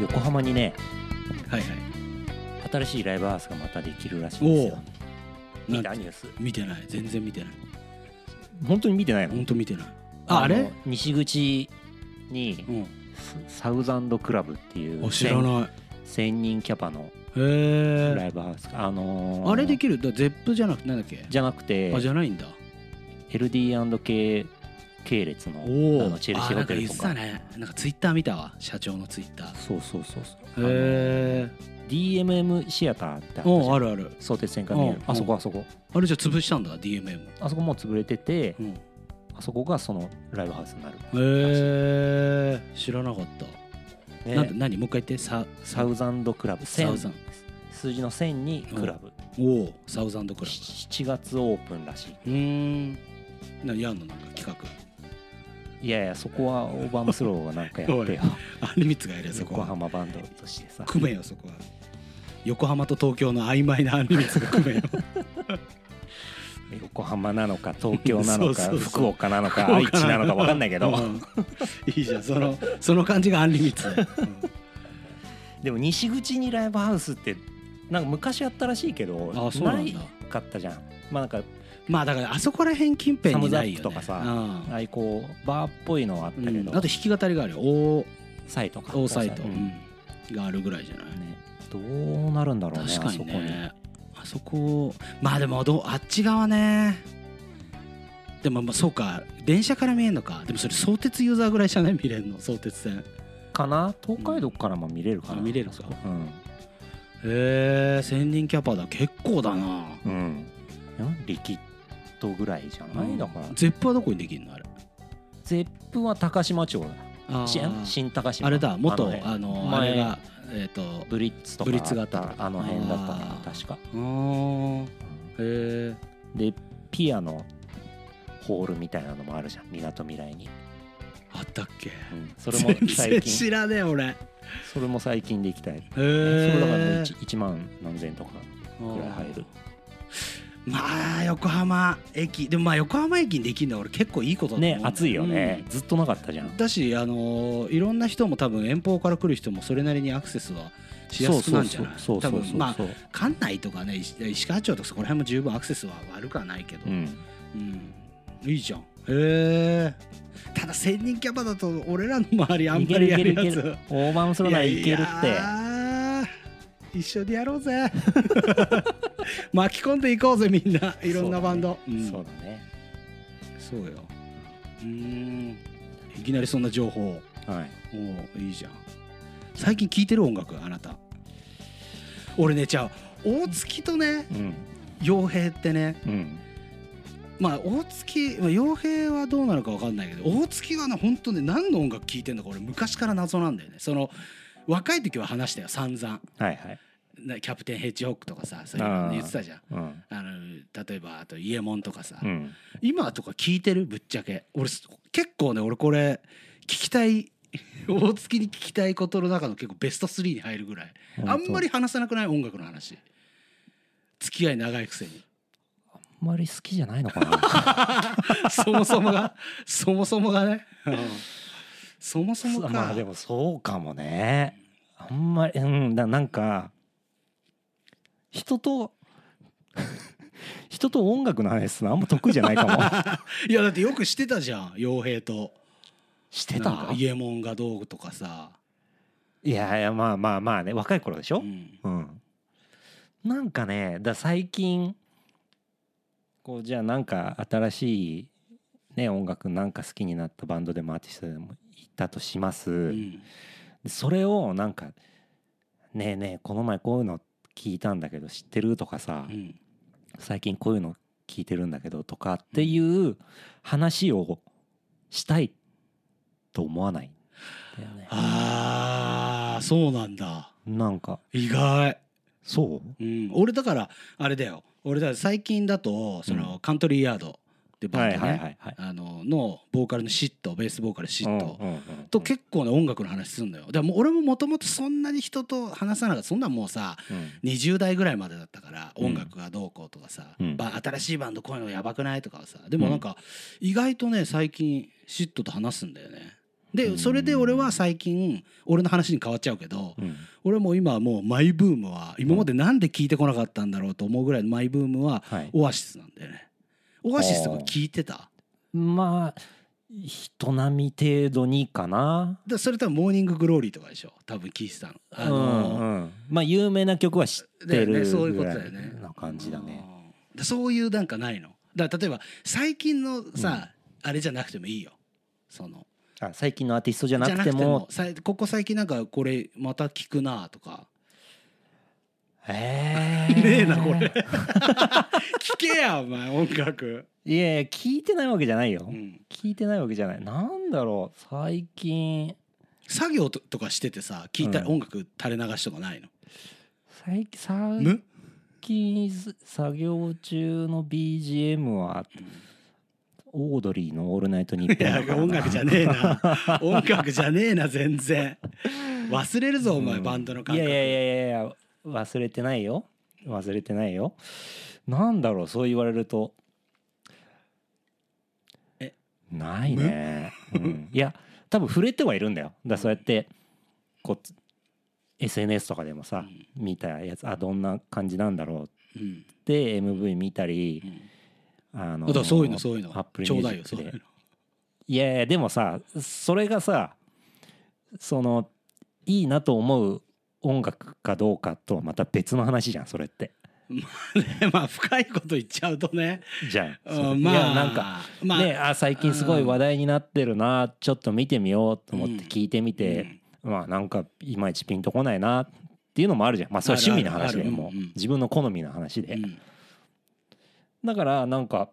横浜にねはいはい新しいライブハウスがまたできるらしいんですよおお見たニュース見てない全然見てない本当に見てないのほんと見てないああれの西口にうんササウザンドクラブっていうあ知らないへ1000人キャパのラえイブハウスがあのーあれできるだゼップじゃなくてなんだっけじゃなくてあじゃないんだ LD&K 系列のおおあのチェルシーホテルとかなんか言ってたねなんかツイッター見たわ社長のツイッターそうそうそうそうへえ DMM シアターってあったじおゃんあるある相鉄線から見えうるんあそこあそこあれじゃあ潰したんだ DMM あそこもう潰れててうんへあそこがそのライブハウスになるえ知らなかったねなんで何もう一回言ってササウザンドクラブサウザン1000数字の1000にクラブ、おおサウザンドクラブ7月オープンらしうーんなやんのなんか企画いいやいやそこはオーバームスローがなんかやってよあリミッツがやるよそこ 横は浜バンドとしてさ組めよそこは横浜と東京の曖昧なアンリミッツが組めよ横浜なのか東京なのか そうそうそう福岡なのか愛知なのか分かん ないけど、うんいいじゃんそのその感じがアンリミ ッツだよ、でも西口にライブハウスってなんか昔あったらしいけどうんあそうなんだいかったじゃんまあなんかまあだからあそこら辺近辺にないよ、ね、サムズアップとかさうんああいうこうバーっぽいのはあったけど、うんあと弾き語りがあるよ大サイトか大サイト、うんうんがあるぐらいじゃない、ねどうなるんだろうね確かにあねあそこまあでもどうあっち側ねでもまあそうか電車から見えるのかでもそれ相鉄ユーザーぐらいじゃない見れるの相鉄線へそこにかな東海道からも見れるかな、あ見れるかうんえ1000人キャパだ結構だなうん、リキッドぐらいじゃない、だからゼップはどこにできるのあれゼップは高島町だあしー新高島あれだあ元の辺あのあ前れがえっ、とブリッツとかブリッツがあったあの辺だったなあー確かうーんへえでピアノホールみたいなのもあるじゃんみなとみらいに、あったっけうんそれも全最然近知らねえ俺へそれも最近できたやつねえそれだからもう 1, 1万何千とかくらい入るまあ横浜駅でもまあ横浜駅にできるのは俺結構いいことだと思うんねだ暑いよね、、ずっとなかったじゃうんんだしあのーいろんな人も多分遠方から来る人もそれなりにアクセスはしやそうそすくなうるんじゃないそう多そう分まあそう館内とかね石石川町とかそこら辺も十分アクセスは悪くはないけど、うんうんいいじゃんへえただ1000人キャパだと俺らの周りあんいまけるりいやけるいるけやつるオーバームスローならいけるっていやー一緒にやろう ぜ巻き込んでいこうぜみんないろんなバンドうんそうだね、そうようーんいきなりそんな情報はいおーいいじゃん最近聴いてる音楽あなた俺ねじゃあ大月とねうん傭兵ってねうんまあ大月、まあ、傭兵はどうなのか分かんないけど大月がね本当ね何の音楽聴いてんのか俺昔から謎なんだよねその若い時は話したよ散々はいはいなキャプテンヘッジホックとかさそういうの言ってたじゃんうんあの例えばあと「イエモン」とかさ、うん今とか聞いてるぶっちゃけ俺す結構ね俺これ聞きたい 大月に聞きたいことの中の結構ベスト3に入るぐらいあんまり話さなくない音楽の話付き合い長いくせにあんまり好きじゃないのかなそもそもがそもそもがね、うんそもそもか、まあでもそうかもねあんまりうんだなんか人と人と音楽の話すのあんま得意じゃないかもいやだってよくしてたじゃん傭兵と してなんたかイエモンがどうとかさ、いやいやまあまあまあね若い頃でしうょ、ん、うん、なんかねだ最近こうじゃあなんか新しい、ね、音楽なんか好きになったバンドでもアーティストでもいたとします、うんでそれをなんか「ねえねえこの前こういうの聞いたんだけど知ってる?」とかさ、うん最近こういうの聞いてるんだけど」とかっていう話をしたいと思わないんだよね。あーそうなんだなんか意外そううん、俺だからあれだよ俺だから最近だとそのカントリーヤードってバンドね、いはい。あののボーカルのシットベースボーカルシット、うんうんうんうんと結構ね音楽の話すんだよでもう俺ももともとそんなに人と話さなかったそんなんもうさうん20代ぐらいまでだったからうん音楽がどうこうとかさ、うんば新しいバンドこういうのやばくないとかはさでもなんか意外とね最近シットと話すんだよねでそれで俺は最近俺の話に変わっちゃうけどうん俺もう今はもうマイブームは今までなんで聞いてこなかったんだろうと思うぐらいのマイブームははいオアシスなんだよねオアシスとか聞いてたまあ人並み程度にかなでそれ多分モーニンググローリーとかでしょ多分聞いてたのあうのんうん、まあ有名な曲は知ってだよるねそういうこぐとらだよねいな感じだねうんでそういうなんかないのだから例えば最近のさ、あれじゃなくてもいいよそのあ最近のアーティストじゃなじゃくなくててももさいここ最近なんかこれまた聞くなとか えー、ねえなこれ聞けやお前音楽、いやいや聞いてないわけじゃないよ、うん、聞いてないわけじゃないなんだろう最近作業ととかしててさ聞いたうん音楽垂れ流しとかないの、最近最む 近作業中の BGM はオードリーの「オールナイトニッいポン」やだからな音楽じゃね えな音楽じゃねえな全然忘れるぞお前、うんバンドの感覚いやいやいやいや忘れてないよ忘れてないよなんだろうそう言われるとえないね、うん、いや多分触れてはいるんだよだからそうやってこう SNS とかでもさ、見たやつあどんな感じなんだろううんで MV 見たりう、んあのだからそういうのそういうアッのプルちょミュうーだいジッよクそういでうのいやいやでもさそれがさそのいいなと思う音楽かどうかとはまた別の話じゃんそれってね まあ深いこと言っちゃうとね、じゃんうそれんまあいやなんか、まあねあ最近すごい話題になってるなちょっと見てみようと思って聞いてみて、まあなんかいまいちピンとこないなっていうのもあるじゃんまあそれは趣味の話あるあるあでるもうんうん自分の好みの話うでんうんだからなんか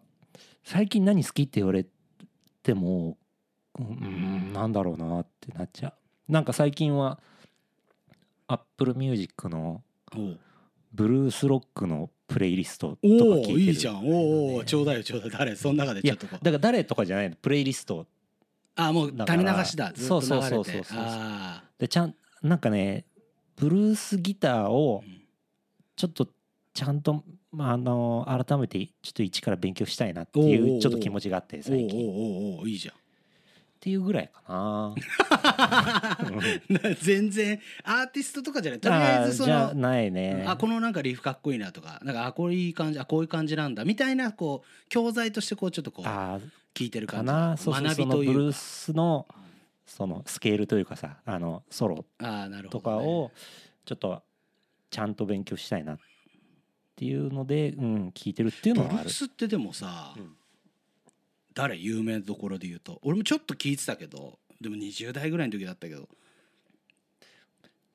最近何好きって言われてもうんなんだろうなってなっちゃうなんか最近は Apple Music のおうブルースロックのプレイリストとかお聞いてーるいいじゃんおうおうちょうだいよちょうだい誰その中でいちょやっとこだうから誰とかじゃないのプレイリストあもうだ垂かられ流しだずっそとう流そうそれうそうてそうあでちゃんなんかねブルースギターーをうんちょっとちゃんと、まあ、あの改めてちょっと一から勉強したいなっていおうおうおううちょっと気持ちがあっておう最近っおうおうおうい いじゃん ていうぐらいかな全然アーティストとかじゃないとりあえずそーじゃのないねあこのなんかリフかっこいいなとかなんかあこれいい感じあこういう感じなんだみたいなこう教材としてこうちょっとこうあ聞いてるーか感なじそうそう学そびのとブいルーうかスのそのスケールというかさあのソロあーなるとほどねかをちょっとちゃんと勉強したいなっていうので、うん、聞いてるっていうブのルはあーるスってでもさ、うん誰有名どころで言うと俺もちょっと聞いてたけどでも20代ぐらいの時だったけど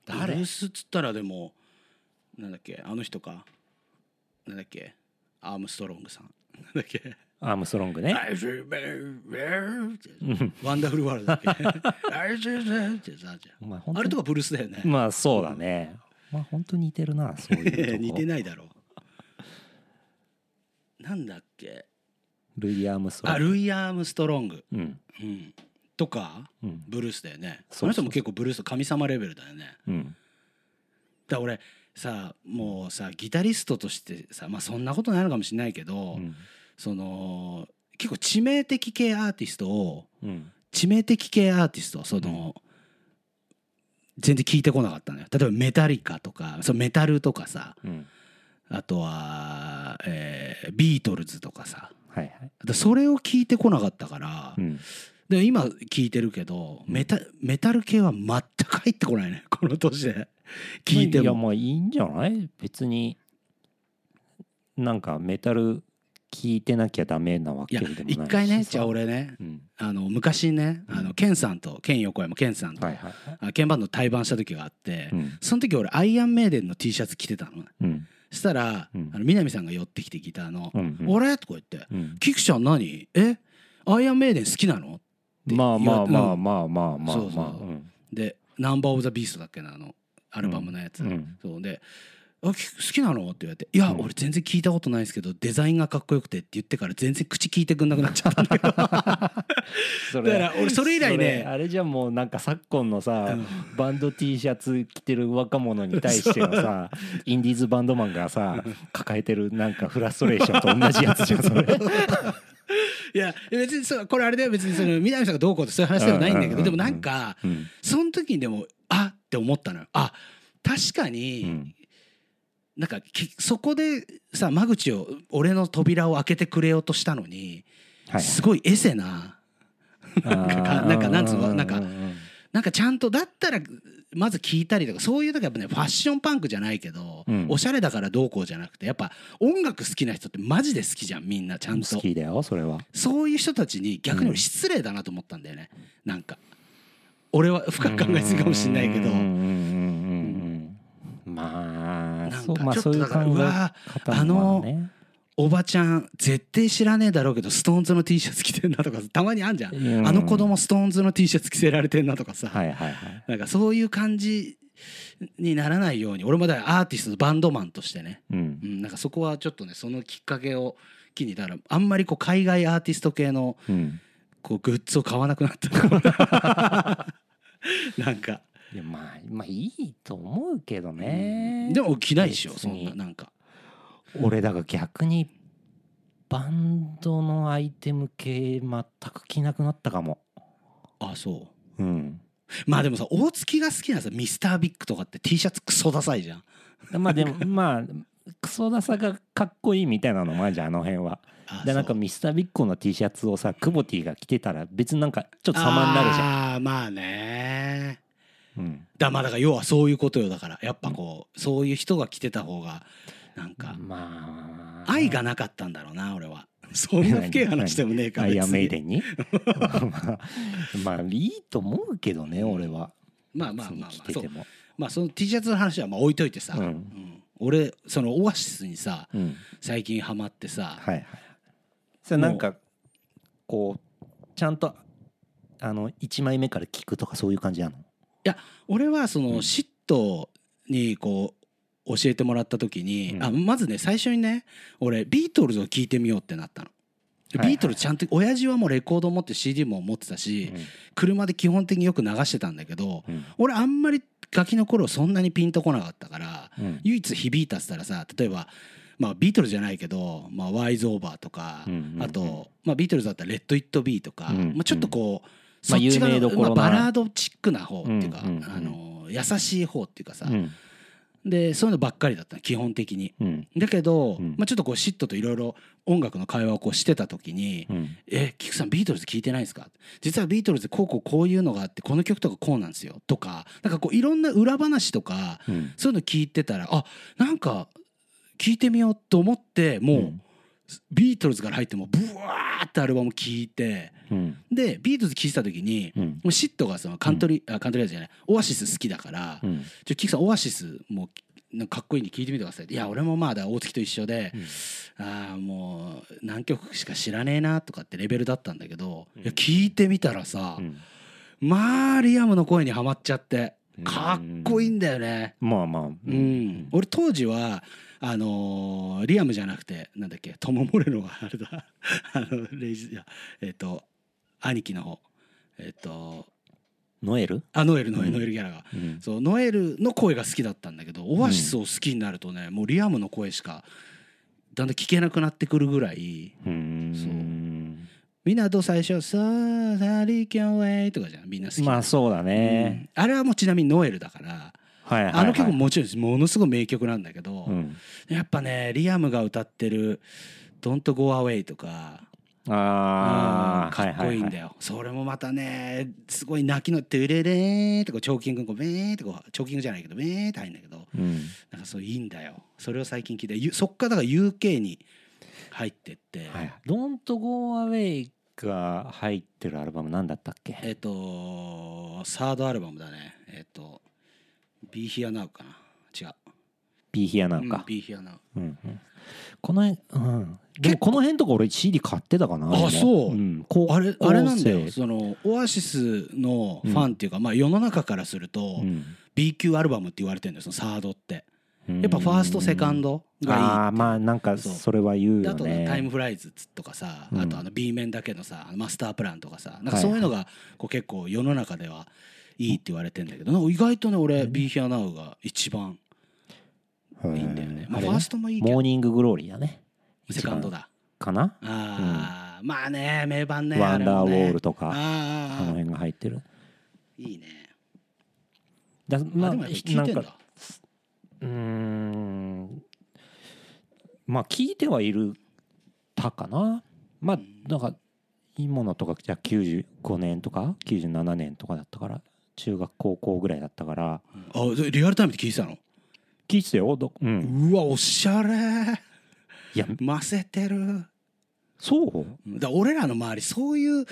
誰ブルースっつったらでもなんだっけあの人かなんだっけアームストロングさんなんだっけアームストロングね、 I should be well ってうんワンダフルワールドだっけ I should be ってさじゃお前ん本あ当れとにかブルースだよね、まあそうだねまあ本当に似てるな そういうとこ似てないだろうなんだっけルイ・アームストロあングルイ・アームストロング、うんうん、とかうんブルースだよねそうそうその人も結構ブルース神様レベルだよねうんだから俺さもうさギタリストとしてさまあそんなことないのかもしれないけど、うんその結構致命的系アーティストをうん致命的系アーティストその、全然聞いてこなかったのよ例えばメタリカとかそうメタルとかさうんあとは、えービートルズとかさはいはいだからそれを聞いてこなかったから、うんで今聞いてるけどメタメタル系は全く入ってこないね この年で聞いていやまも。あいいんじゃない別になんかメタル聞いてなきゃダメなわいけやでもないし一回ねさじゃあ俺ねうんあの昔ねあのケンさんとケン横山ケンさんと、はいはいはいあケンバンドと対バンした時があって、うんその時俺アイアンメイデンの T シャツ着てたのうんしたら、うんあの南さんが寄ってきてギターのうん「俺?」とか言ってうん「キクちゃん何えアイアンメイデン好きなの?てまあまあ言まわあまあまあまあそうそまうあうん」で「ナンバー・オブ・ザ・ビースト」だっけなあのアルバムのやつ、うんそうで「あき好きなの?」って言われて「いやうん俺全然聞いたことないですけどデザインがかっこよくて」って言ってから全然口聞いてくんなくなっちゃったんだけどだかそれら 俺それ以来それねあれじゃもうなんか昨今のさ、うんバンド T シャツ着てる若者に対してのさインディーズバンド マンがさ抱えてるなんかフラストレーションと同じやつじゃんそれいや別にそうこれあれだよ別にその南さんがどうこうってそういう話ではないんだけうんうんうどんでもなんかうんその時にでもあって思ったのよあ確かうにんなんかきそこでさ間口を俺の扉を開けてくれようとしたのにはいすごいエセなあーなんかなんつうのなんかううんなんかちゃんとだったらまず聞いたりとかそういう時はやっぱねファッションパンクじゃないけどうんおしゃれだからどうこうじゃなくてやっぱ音楽好きな人ってマジで好きじゃんみんなちゃんと好。きだよそれはそういう人たちに逆に俺失礼だなと思ったんだよね、なんか俺は深く考えすぎかもしれないけど、うんうんうんうんうんまあなんそうまかあちょっそうというだ考から、えうわ方もあるねおばちゃん絶対知らねえだろうけどストーンズの T シャツ着てんなとかたまにあんじゃん、うんあの子供ストーンズの T シャツ着せられてんなとかさ、はいはいはいなんかそういう感じにならないように俺もだからアーティストバンドマンとしてね、ううんん、なんかそこはちょっとねそのきっかけを機にだからあんまりこう海外アーティスト系のうんこうグッズを買わなくなった なんかいやまあまあいいと思うけどねでも着ないでしょ別そんにななんか俺だから逆にバンドのアイテム系全く着なくなったかもあそううんまあでもさ大月が好きなさミスタービッグとかって T シャツクソダサいじゃんまあでもまあクソダサがかっこいいみたいなのもあるじゃんあの辺はあでなんかそうミスタービッコの T シャツをさクボティが着てたら別になんかちょっと様になるじゃんあーまあねうんだまあだから要はそういうことよだからやっぱこうそういう人が着てた方がなんかまあ愛がなかったんだろうな俺は そんな不敬話でもねえかアらイアンメイデンに まあまあいいと思うけどね俺はまあまあま別にあまあ着そてうてもまあその T シャツの話はまあ置いといてさ、うんうん俺そのオアシスにさうん最近ハマってさ、はいはいそれなんかこうちゃんとあの1枚目から聞くとかそういう感じなの俺はそうんのシットにこう教えてもらった時に、うんあまずね最初にね俺ビートルズを聴いてみようってなったの。はいはいビートルズちゃんと親父はもうレコード持って CD も持ってたし車で基本的によく流してたんだけどうん俺あんまりガキの頃そんなにピンとこなかったからうん唯一響いたっつったらさ例えば、まあ、ビートルズじゃないけど「まあ、ワイズ・オーバー」とか、うんうんうんあと、まあ、ビートルズだったら「レッド・イット・ビー」とか、うんうんまあ、ちょっとこう、まそあっち側有名どの、ころなまあ、バラードチックな方っていうか、うんうんうんあの優しい方っていうかさ、うんでそういうのばっかりだったの基本的に。うんだけど、うんまあ、ちょっとこうシットといろいろ音楽の会話をこうしてた時にうんうん「えキクさんビートルズ聞いてないんですか?」実はビートルズこうこうこういうのがあってこの曲とかこうなんですよ」とかなんかこういろんな裏話とかうんそういうの聞いてたらあなんか聞いてみようと思ってもう、ビートルズから入ってもうブワーってアルバム聞いてうんでビートルズ聞いてた時にうんもうシットがそのカントリー、あカントリーじゃないオアシス好きだから、うんちょキクさんオアシスもうなんかかっこいいんで聞いてみてくださいっていや俺もまあだから大月と一緒で、ああもう何曲しか知らねえなとかってレベルだったんだけど、いや聞いてみたらさ、うんまあリアムの声にはまっちゃってかっこいいんだよね。まあまあううん俺当時はあのーリアムじゃなくてなんだっけトモ・モレノがあれだ あのレイジいやえっ、と兄貴の方えっ、とノエルあノエルノエうルんノエルギャラが、うんそうノエルの声が好きだったんだけどオアシスを好きになるとね、もうリアムの声しかだんだん聞けなくなってくるぐらいうんみんなと最初「さあサリーキャンウェイ」とかじゃんみんな好きまあそうだねうんあれはもうちなみにノエルだからはいはいはいあの曲ももちろんものすごい名曲なんだけど、うんやっぱねリアムが歌ってる「Don't Go Away」とかあうんあかっこいいんだよ、それもまたねすごい泣きの「トゥレレー」とかチョーキングこうベーってこうチョーキングじゃないけどベーって入るんだけどうんなんかそういいんだよそれを最近聞いてゆそっからだから UK に入ってって、はい「Don't Go Away」が入ってるアルバムなんだったっえけっ、とサードアルバムだねえっ、と「Be Here Now」かな違う「Be Here 「う Now ん、か Be Here Now」うんうんこの辺うんでもこの辺とか俺 CD 買ってたかなあれもそうん高校生あれあれなんだよそのオアシスのファンっていうか、まあ世の中からすると、うん B 級アルバムって言われてるんですよそのサードってうんやっぱファーストセカンドがいいああまあなんかそうそれは言うでよあとねねタイムフライズとかさ、うんあとあの B 面だけのさあのマスタープランとかさなんはかいそういうのがこう結構世の中ではいいって言われてんだけどなんか意外とね俺 Be Here Now が一番ういいんだよね、まあ、あれファーストもいいけモーどニンググローリーだねセカンドだかなああーまあね名盤ねワンダーウォールととかあのあーあーあ辺が入ってるーいいねだあ、まあでもやっぱ聞いてんなだんかうーんまあ聞いてはいるたかなまあうんなんかいいものとかじゃあ95年とか97年とかだったから中学高校ぐらいだったからあでリアルタイムで聞いてたの、聞いてたよどうんうわおしゃれいやませてるそうだ俺らの周りそういう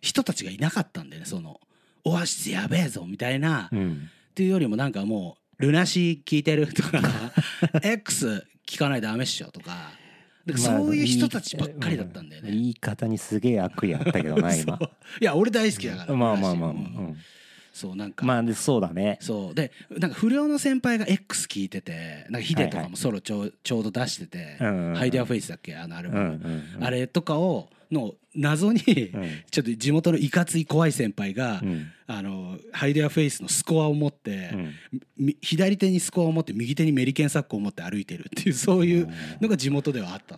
人たちがいなかったんだよねその「オアシスやべえぞ」みたいな、うっんていうよりもなんかもう「ルナシー聞いてる」とか「X 聞かないとダメっしょ」とかなんかまあそういう人たちばっかりだったんだようね。言い方にすげえ悪意あったけどな今そういや俺大好きだから、まあまあまあまあ、うルナシーうんん、そうなんか、まあでそうだねそうでなんか不良の先輩が X 聞いててなんかヒデはいとかはもソロちょ,、ちょうど出しててうんうんう「んハイデアフェイス」だっけあのアルうんうバム、んうんあれとかをの謎に、うんちょっと地元のいかつい怖い先輩が、うんあのハイデアフェイスのスコアを持って、うんみ左手にスコアを持って右手にメリケンサックを持って歩いてるっていうそういうのが地元ではあった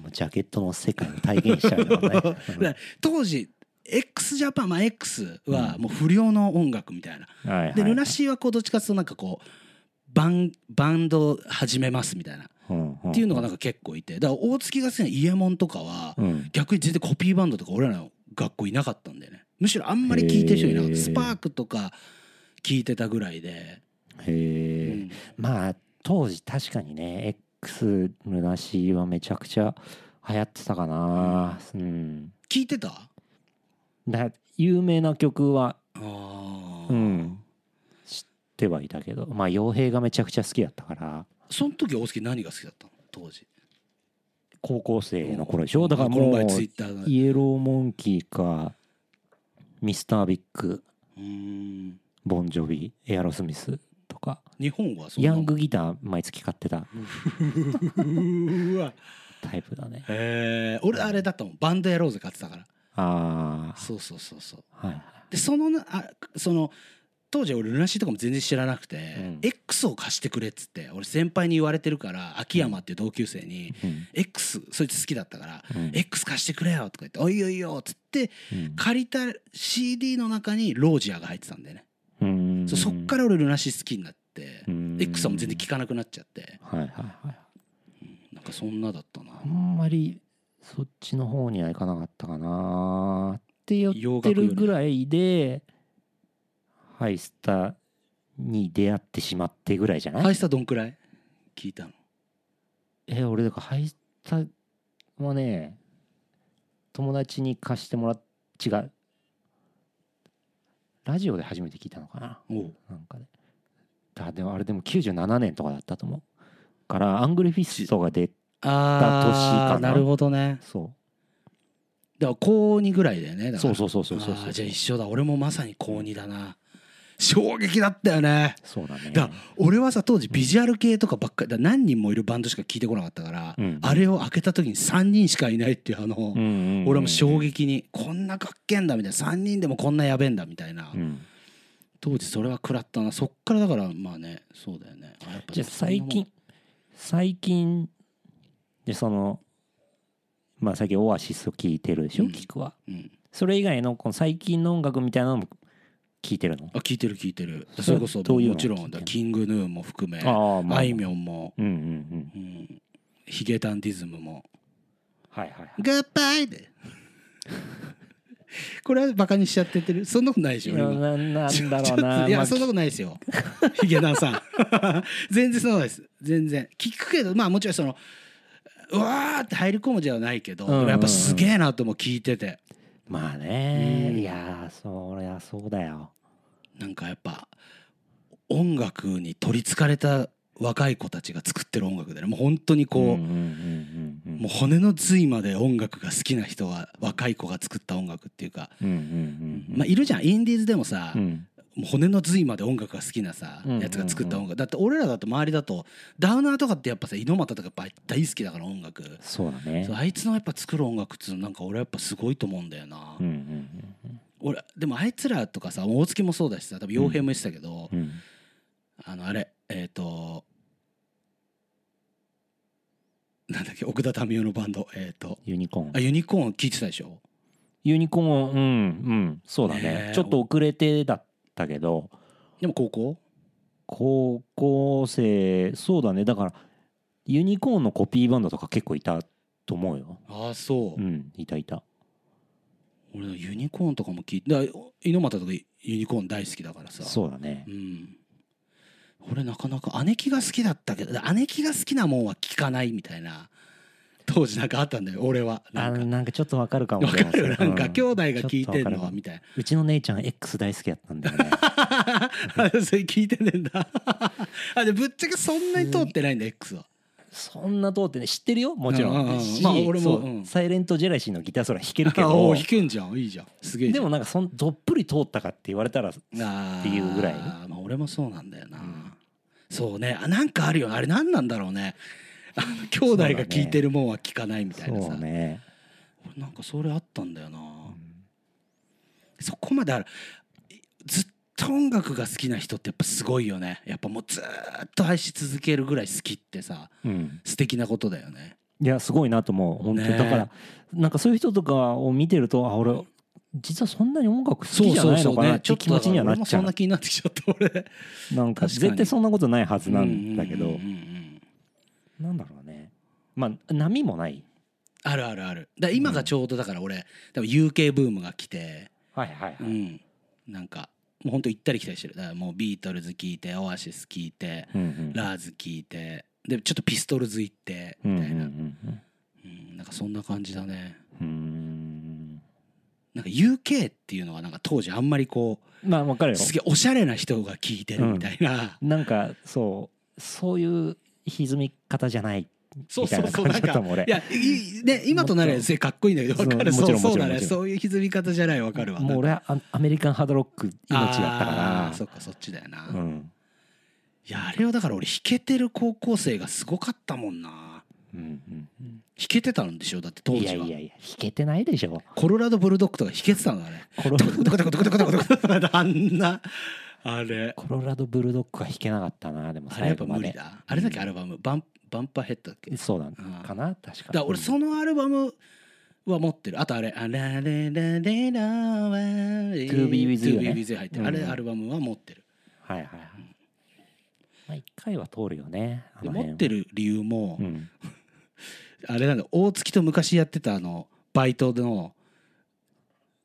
もうジャケットの世界を体現しちゃうよの、だねかうんら当時 x ジャパンまあ X はもう不良の音楽みたいな、 はいはいでルナシーはこうどっちかっていうとなんかこうバンバンド始めますみたいなっっていうのがなんか結構いてだから大月が好きなイエモンとかはうん逆に全然コピーバンドとか俺らの学校いなかったんだよねむしろあんまり聞いてる人いなかっへたースパークとか聞いてたぐらいで、へえ、うんまあ当時確かにね X ルナシーはめちゃくちゃ流行ってたかなうん聞いてたあだ有名な曲はあ、うん知ってはいたけどまあ傭兵がめちゃくちゃ好きだったからその時大月何が好きだったの当時高校生の頃でしょだからこのもう前ツイッターがうイエローモンキーかミスタービッグーんボンジョビエアロスミスとか日本はそんなヤングギター毎月買ってたうわタイプだねえー、俺あれだったもんバンドやろうぜ買ってたからあそうそうそうそうあはいでそのなあその当時俺ルナシーとかも全然知らなくて、うん X を貸してくれっつって俺先輩に言われてるから秋山っていう同級生にうん X そいつ好きだったからうん X 貸してくれよとか言って「おいよいよ」っつってうん借りた CD の中にロージアが入ってたんだよね、うんそうそっから俺ルナシー好きになって、うん X はもう全然聞かなくなっちゃって、はいはいはいなんかそんなだったなあんまりそっちの方にはいかなかったかなって言ってるぐらいでハイスタに出会ってしまってぐらいじゃない、ハイスタどんくらい聞いたのえ俺だからハイスタはね友達に貸してもらっ違うラジオで初めて聞いたのかなおうなんかねだでもあれでも97年とかだったと思うからアングルフィットが出あだあ年かななるほどねそうだから高2ぐらいだよねだからそうそうそうそうそうそあーうじゃあ一緒だ俺もまさに高2だな衝撃だったよねそうだねだ俺はさ当時ビジュアル系とかばっかりだから何人もいるバンドしか聞いてこなかったから、うんあれを開けた時に3人しかいないっていうあの、うんうんうんうん俺はもう衝撃にこんなかっけえんだみたいな3人でもこんなやべえんだみたいな、うん当時それは食らったなそっからだからまあねそうだよねあやっぱじゃあそんなも最ん近最近でそのまあ最近オアシスを聴いてるでしょ、うん聞くはうん、それ以外のこの最近の音楽みたいなのも聴いてるのあ聞いてる聞いてるそれそれこそどういうのもちろんだキングヌーも含めあああいみょんも、うんうんうんうん、ヒゲダンディズムもはいはいグッバイで。これはバカにしちゃってってる。そんなことないでしょ。いや俺今ななんだちろょうっとないまやあそんなこと ないですよ。ヒゲダンさん。全然そうです。全然聞くけど、まあもちろんそのうわーって入り込むじゃないけど、うんうんうんでもやっぱすげえなと思う聞いてて、まあね、うんいやーそりゃそうだよなんかやっぱ音楽に取りつかれた若い子たちが作ってる音楽でね、もう本当にこう。んんうんうんもう骨の髄まで音楽が好きな人は若い子が作った音楽っていうか、うんうんうんまあいるじゃんインディーズでもさ、うんもう骨の髄まで音楽が好きなさうんうんうんやつが作った音楽だって俺らだと周りだとダウナーとかってやっぱさ猪俣とかやっぱ大好きだから音楽そうだねそうあいつのやっぱ作る音楽っつうのなんか俺やっぱすごいと思うんだよなうんうん俺でもあいつらとかさ大月もそうだしさ多分傭兵も言ってたけどうんうんあのあれえっとなんだっけ奥田民生のバンドえっ、とユニコーンあユニコーン聞いてたでしょユニコーンうんうんそうだねねえちょっと遅れてだったけどでも高校高校生そうだねだからユニコーンのコピーバンドとか結構いたと思うよああそうう、んいたいた俺のユニコーンとかも聞いてだから猪俣とかユニコーン大好きだからさそうだねうん、俺なかなか姉貴が好きだったけど姉貴が好きなもんは聞かないみたいな当時なんかあったんだよ俺はなあんのかなんかちょっとわかるかもわしれかないるなんかうん兄弟が聞いてんちょっとわのかはるみたいうちの姉ちゃん X 大好きだったんだよねなそれ聞いてねえんだ あでぶっちゃけそんなに通ってないんだ X はそんな通ってね知ってるよもちろうんうんうんんしまあ俺もそううんサイレントジェラシーのギターソロ弾けるけあおどう弾けんじゃんいいじゃんすげえじでゃもんなんかそんどっぷり通ったかって言われたらあーっていうぐらいまあ、俺もそうなんだよな、うんそうねあなんかあるよねあれ何なんだろうねあの兄弟が聞いてるもんは聞かないみたいなさ、そうね俺なんかそれあったんだよな、そこまであるいずっと音楽が好きな人ってやっぱすごいよねやっぱもうずーっと愛し続けるぐらい好きってさうん素敵なことだよねいやすごいなと思う本当にねえだからなんかそういう人とかを見てるとあ俺実はそんなに音楽好きじゃないのかなって気持ちにはなっちゃ俺もそんなう気になってきちゃった俺なんか確かに絶対そんなことないはずなんだけうんうどんうんうんなんだろうねまあ波もないあるあるあるだから今がちょうどだから俺多分 UK ブームが来てはいはいうはいんなんかもうほんと行ったり来たりしてるだからもうビートルズ聞いてオアシス聞いてうんうんラーズ聞いてでちょっとピストルズ行ってうんうんみたいな、うんうん、なんかそんな感じだねうんうんなんか UK っていうのはなんか当時あんまりこまあわかるうよすげえおしゃれな人が聞いてるみたいな、なんかそうそういう歪み方じゃないそうみたいそうなそう感なじんだったかもん俺いやいいね今となればすげえかっこいいんだけどそう分かるもそちろうんそうもちろだんもねちろんそういう歪み方じゃない分かるわもう俺はアアメリカンハードロック命だったかあーそっかそっちだよな、らういんやあれはだから俺弾けてる高校生がすごかったもんなうんうん弾けてたんでしょだって当い時やはいやいや弾けてないでしょコロラドブルドッグとか弾けてたのあれコロドクドクドクドクドクドクドクドクあんなあれコロラドブルドッグは弾けなかったなでもあれや最っぱ後ま無理でだあれだっけアルバムバンバンパーヘッドだっけそうだんかな確かだから俺うんそのアルバムは持ってるあとあれ「あられられらは」「 To be with you ね To be with you 入ってる、うんあれアルバムは持ってるはいはいはいまあ一回は通るよねあでの持辺ってる理由も、うんあれなんだ大月と昔やってたあのバイトの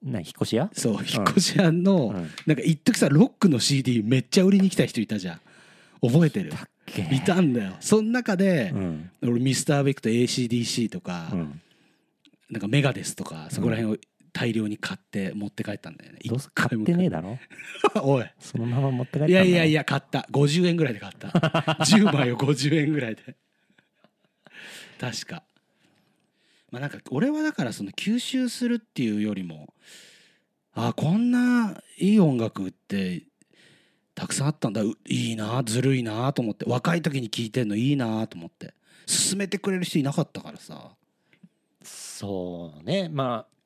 な引っ越し屋そう引っ越し屋の、うんなんか一時さロックの CD めっちゃ売りに来た人いたじゃん覚えてるだっけいたんだよその中でう、ん俺ミスターベックと ACDC とか、うんなんかメガデスとかそこら辺を大量に買って持って帰ったんだよね、どうせ買ってねえだだろ おいそのまま持って帰ったんいだやろいやいや買った50円ぐらいで買った 10枚を50円ぐらいで確かまあなんか俺はだからその吸収するっていうよりもあこんないい音楽ってたくさんあったんだういいなずるいなと思って若い時に聴いてんのいいなと思って勧めてくれる人いなかったからさそうねまあ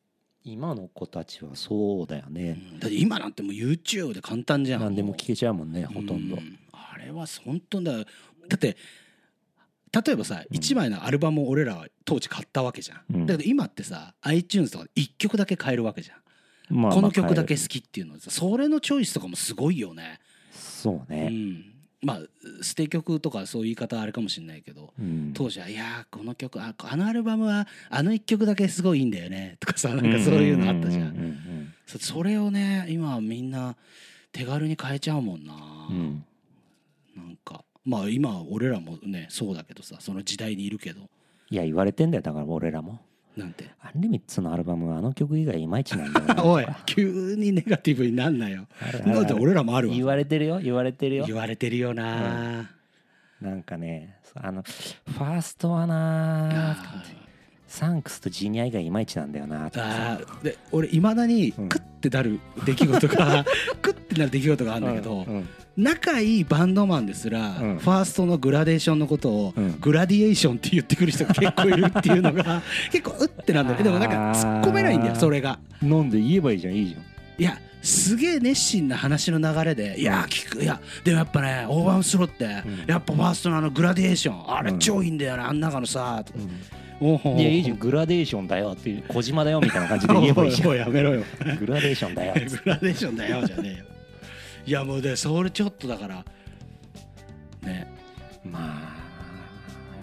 今の子たちはそうだようねんだって今なんてもう YouTube で簡単じゃん何でも聞けちゃうもんねほとんどうあれは本当だだって例えばさ、うん一1枚のアルバムを俺らは当時買ったわけじゃん、うんだけど今ってさ iTunes とかで1曲だけ買えるわけじゃん、まあこまのあ曲だけ帰る好きっていうのさそれのチョイスとかもすごいよねそううねんまあ捨て曲とかそういう言い方はあれかもしれないけどうん当時はいやーこの曲ああのアルバムはあの1曲だけすごいいいんだよねとかさなんかそういうのあったじゃんううんそそれをね今はみんな手軽に買えちゃうもんな、うんうんなんかまあ今俺らもねそうだけどさその時代にいるけどいや言われてんだよだから俺らもなん てアンリミッツのアルバムはあの曲以外いまいちなんだよなおい急にネガティブになん なよ あるあるあだるって俺らもある言わわれてるよ言われてるよ言われてるよななんかねあのファーストはなーあサンクスとジニア以外いまいちなんだよなとかあさーで俺いまだにうんクッてなる出来事 がクッてなる出来事があるんだけうんどうん仲いいバンドマンですらフうんァーストのグラデーションのことをうんグラディエーションって言ってくる人が結構いるっていうのが結構うってなんだよねでもなんか突っ込めないんだよそれが飲んで言えばいいじゃんいいじゃんいやすげえ熱心な話の流れでいやー聞くいやでもやっぱねオーバースローって、うんやっぱファーストのあのグラデーションあれうん超いいんだよな、あん中のさおうほうほういやいいじゃんグラデーションだよっていう小島だよみたいな感じで言えばいいじゃん おいおいおいやめろよグラデーションだ よっつっグラデーションだよじゃねえよいやもうでそれちょっとだからねてま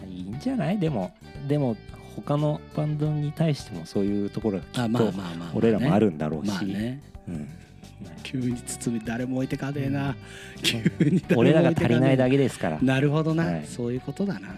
あいいんじゃないでもでも他のバンドに対してもそういうところがきあっまあまあとまあまあ、ね、俺らもあるんだろうし、まあねうん急に包み誰も置いてかねえうな、ん急に誰も置いてかねえ俺らが足りないだけですから なるほどな、はいそういうことだな、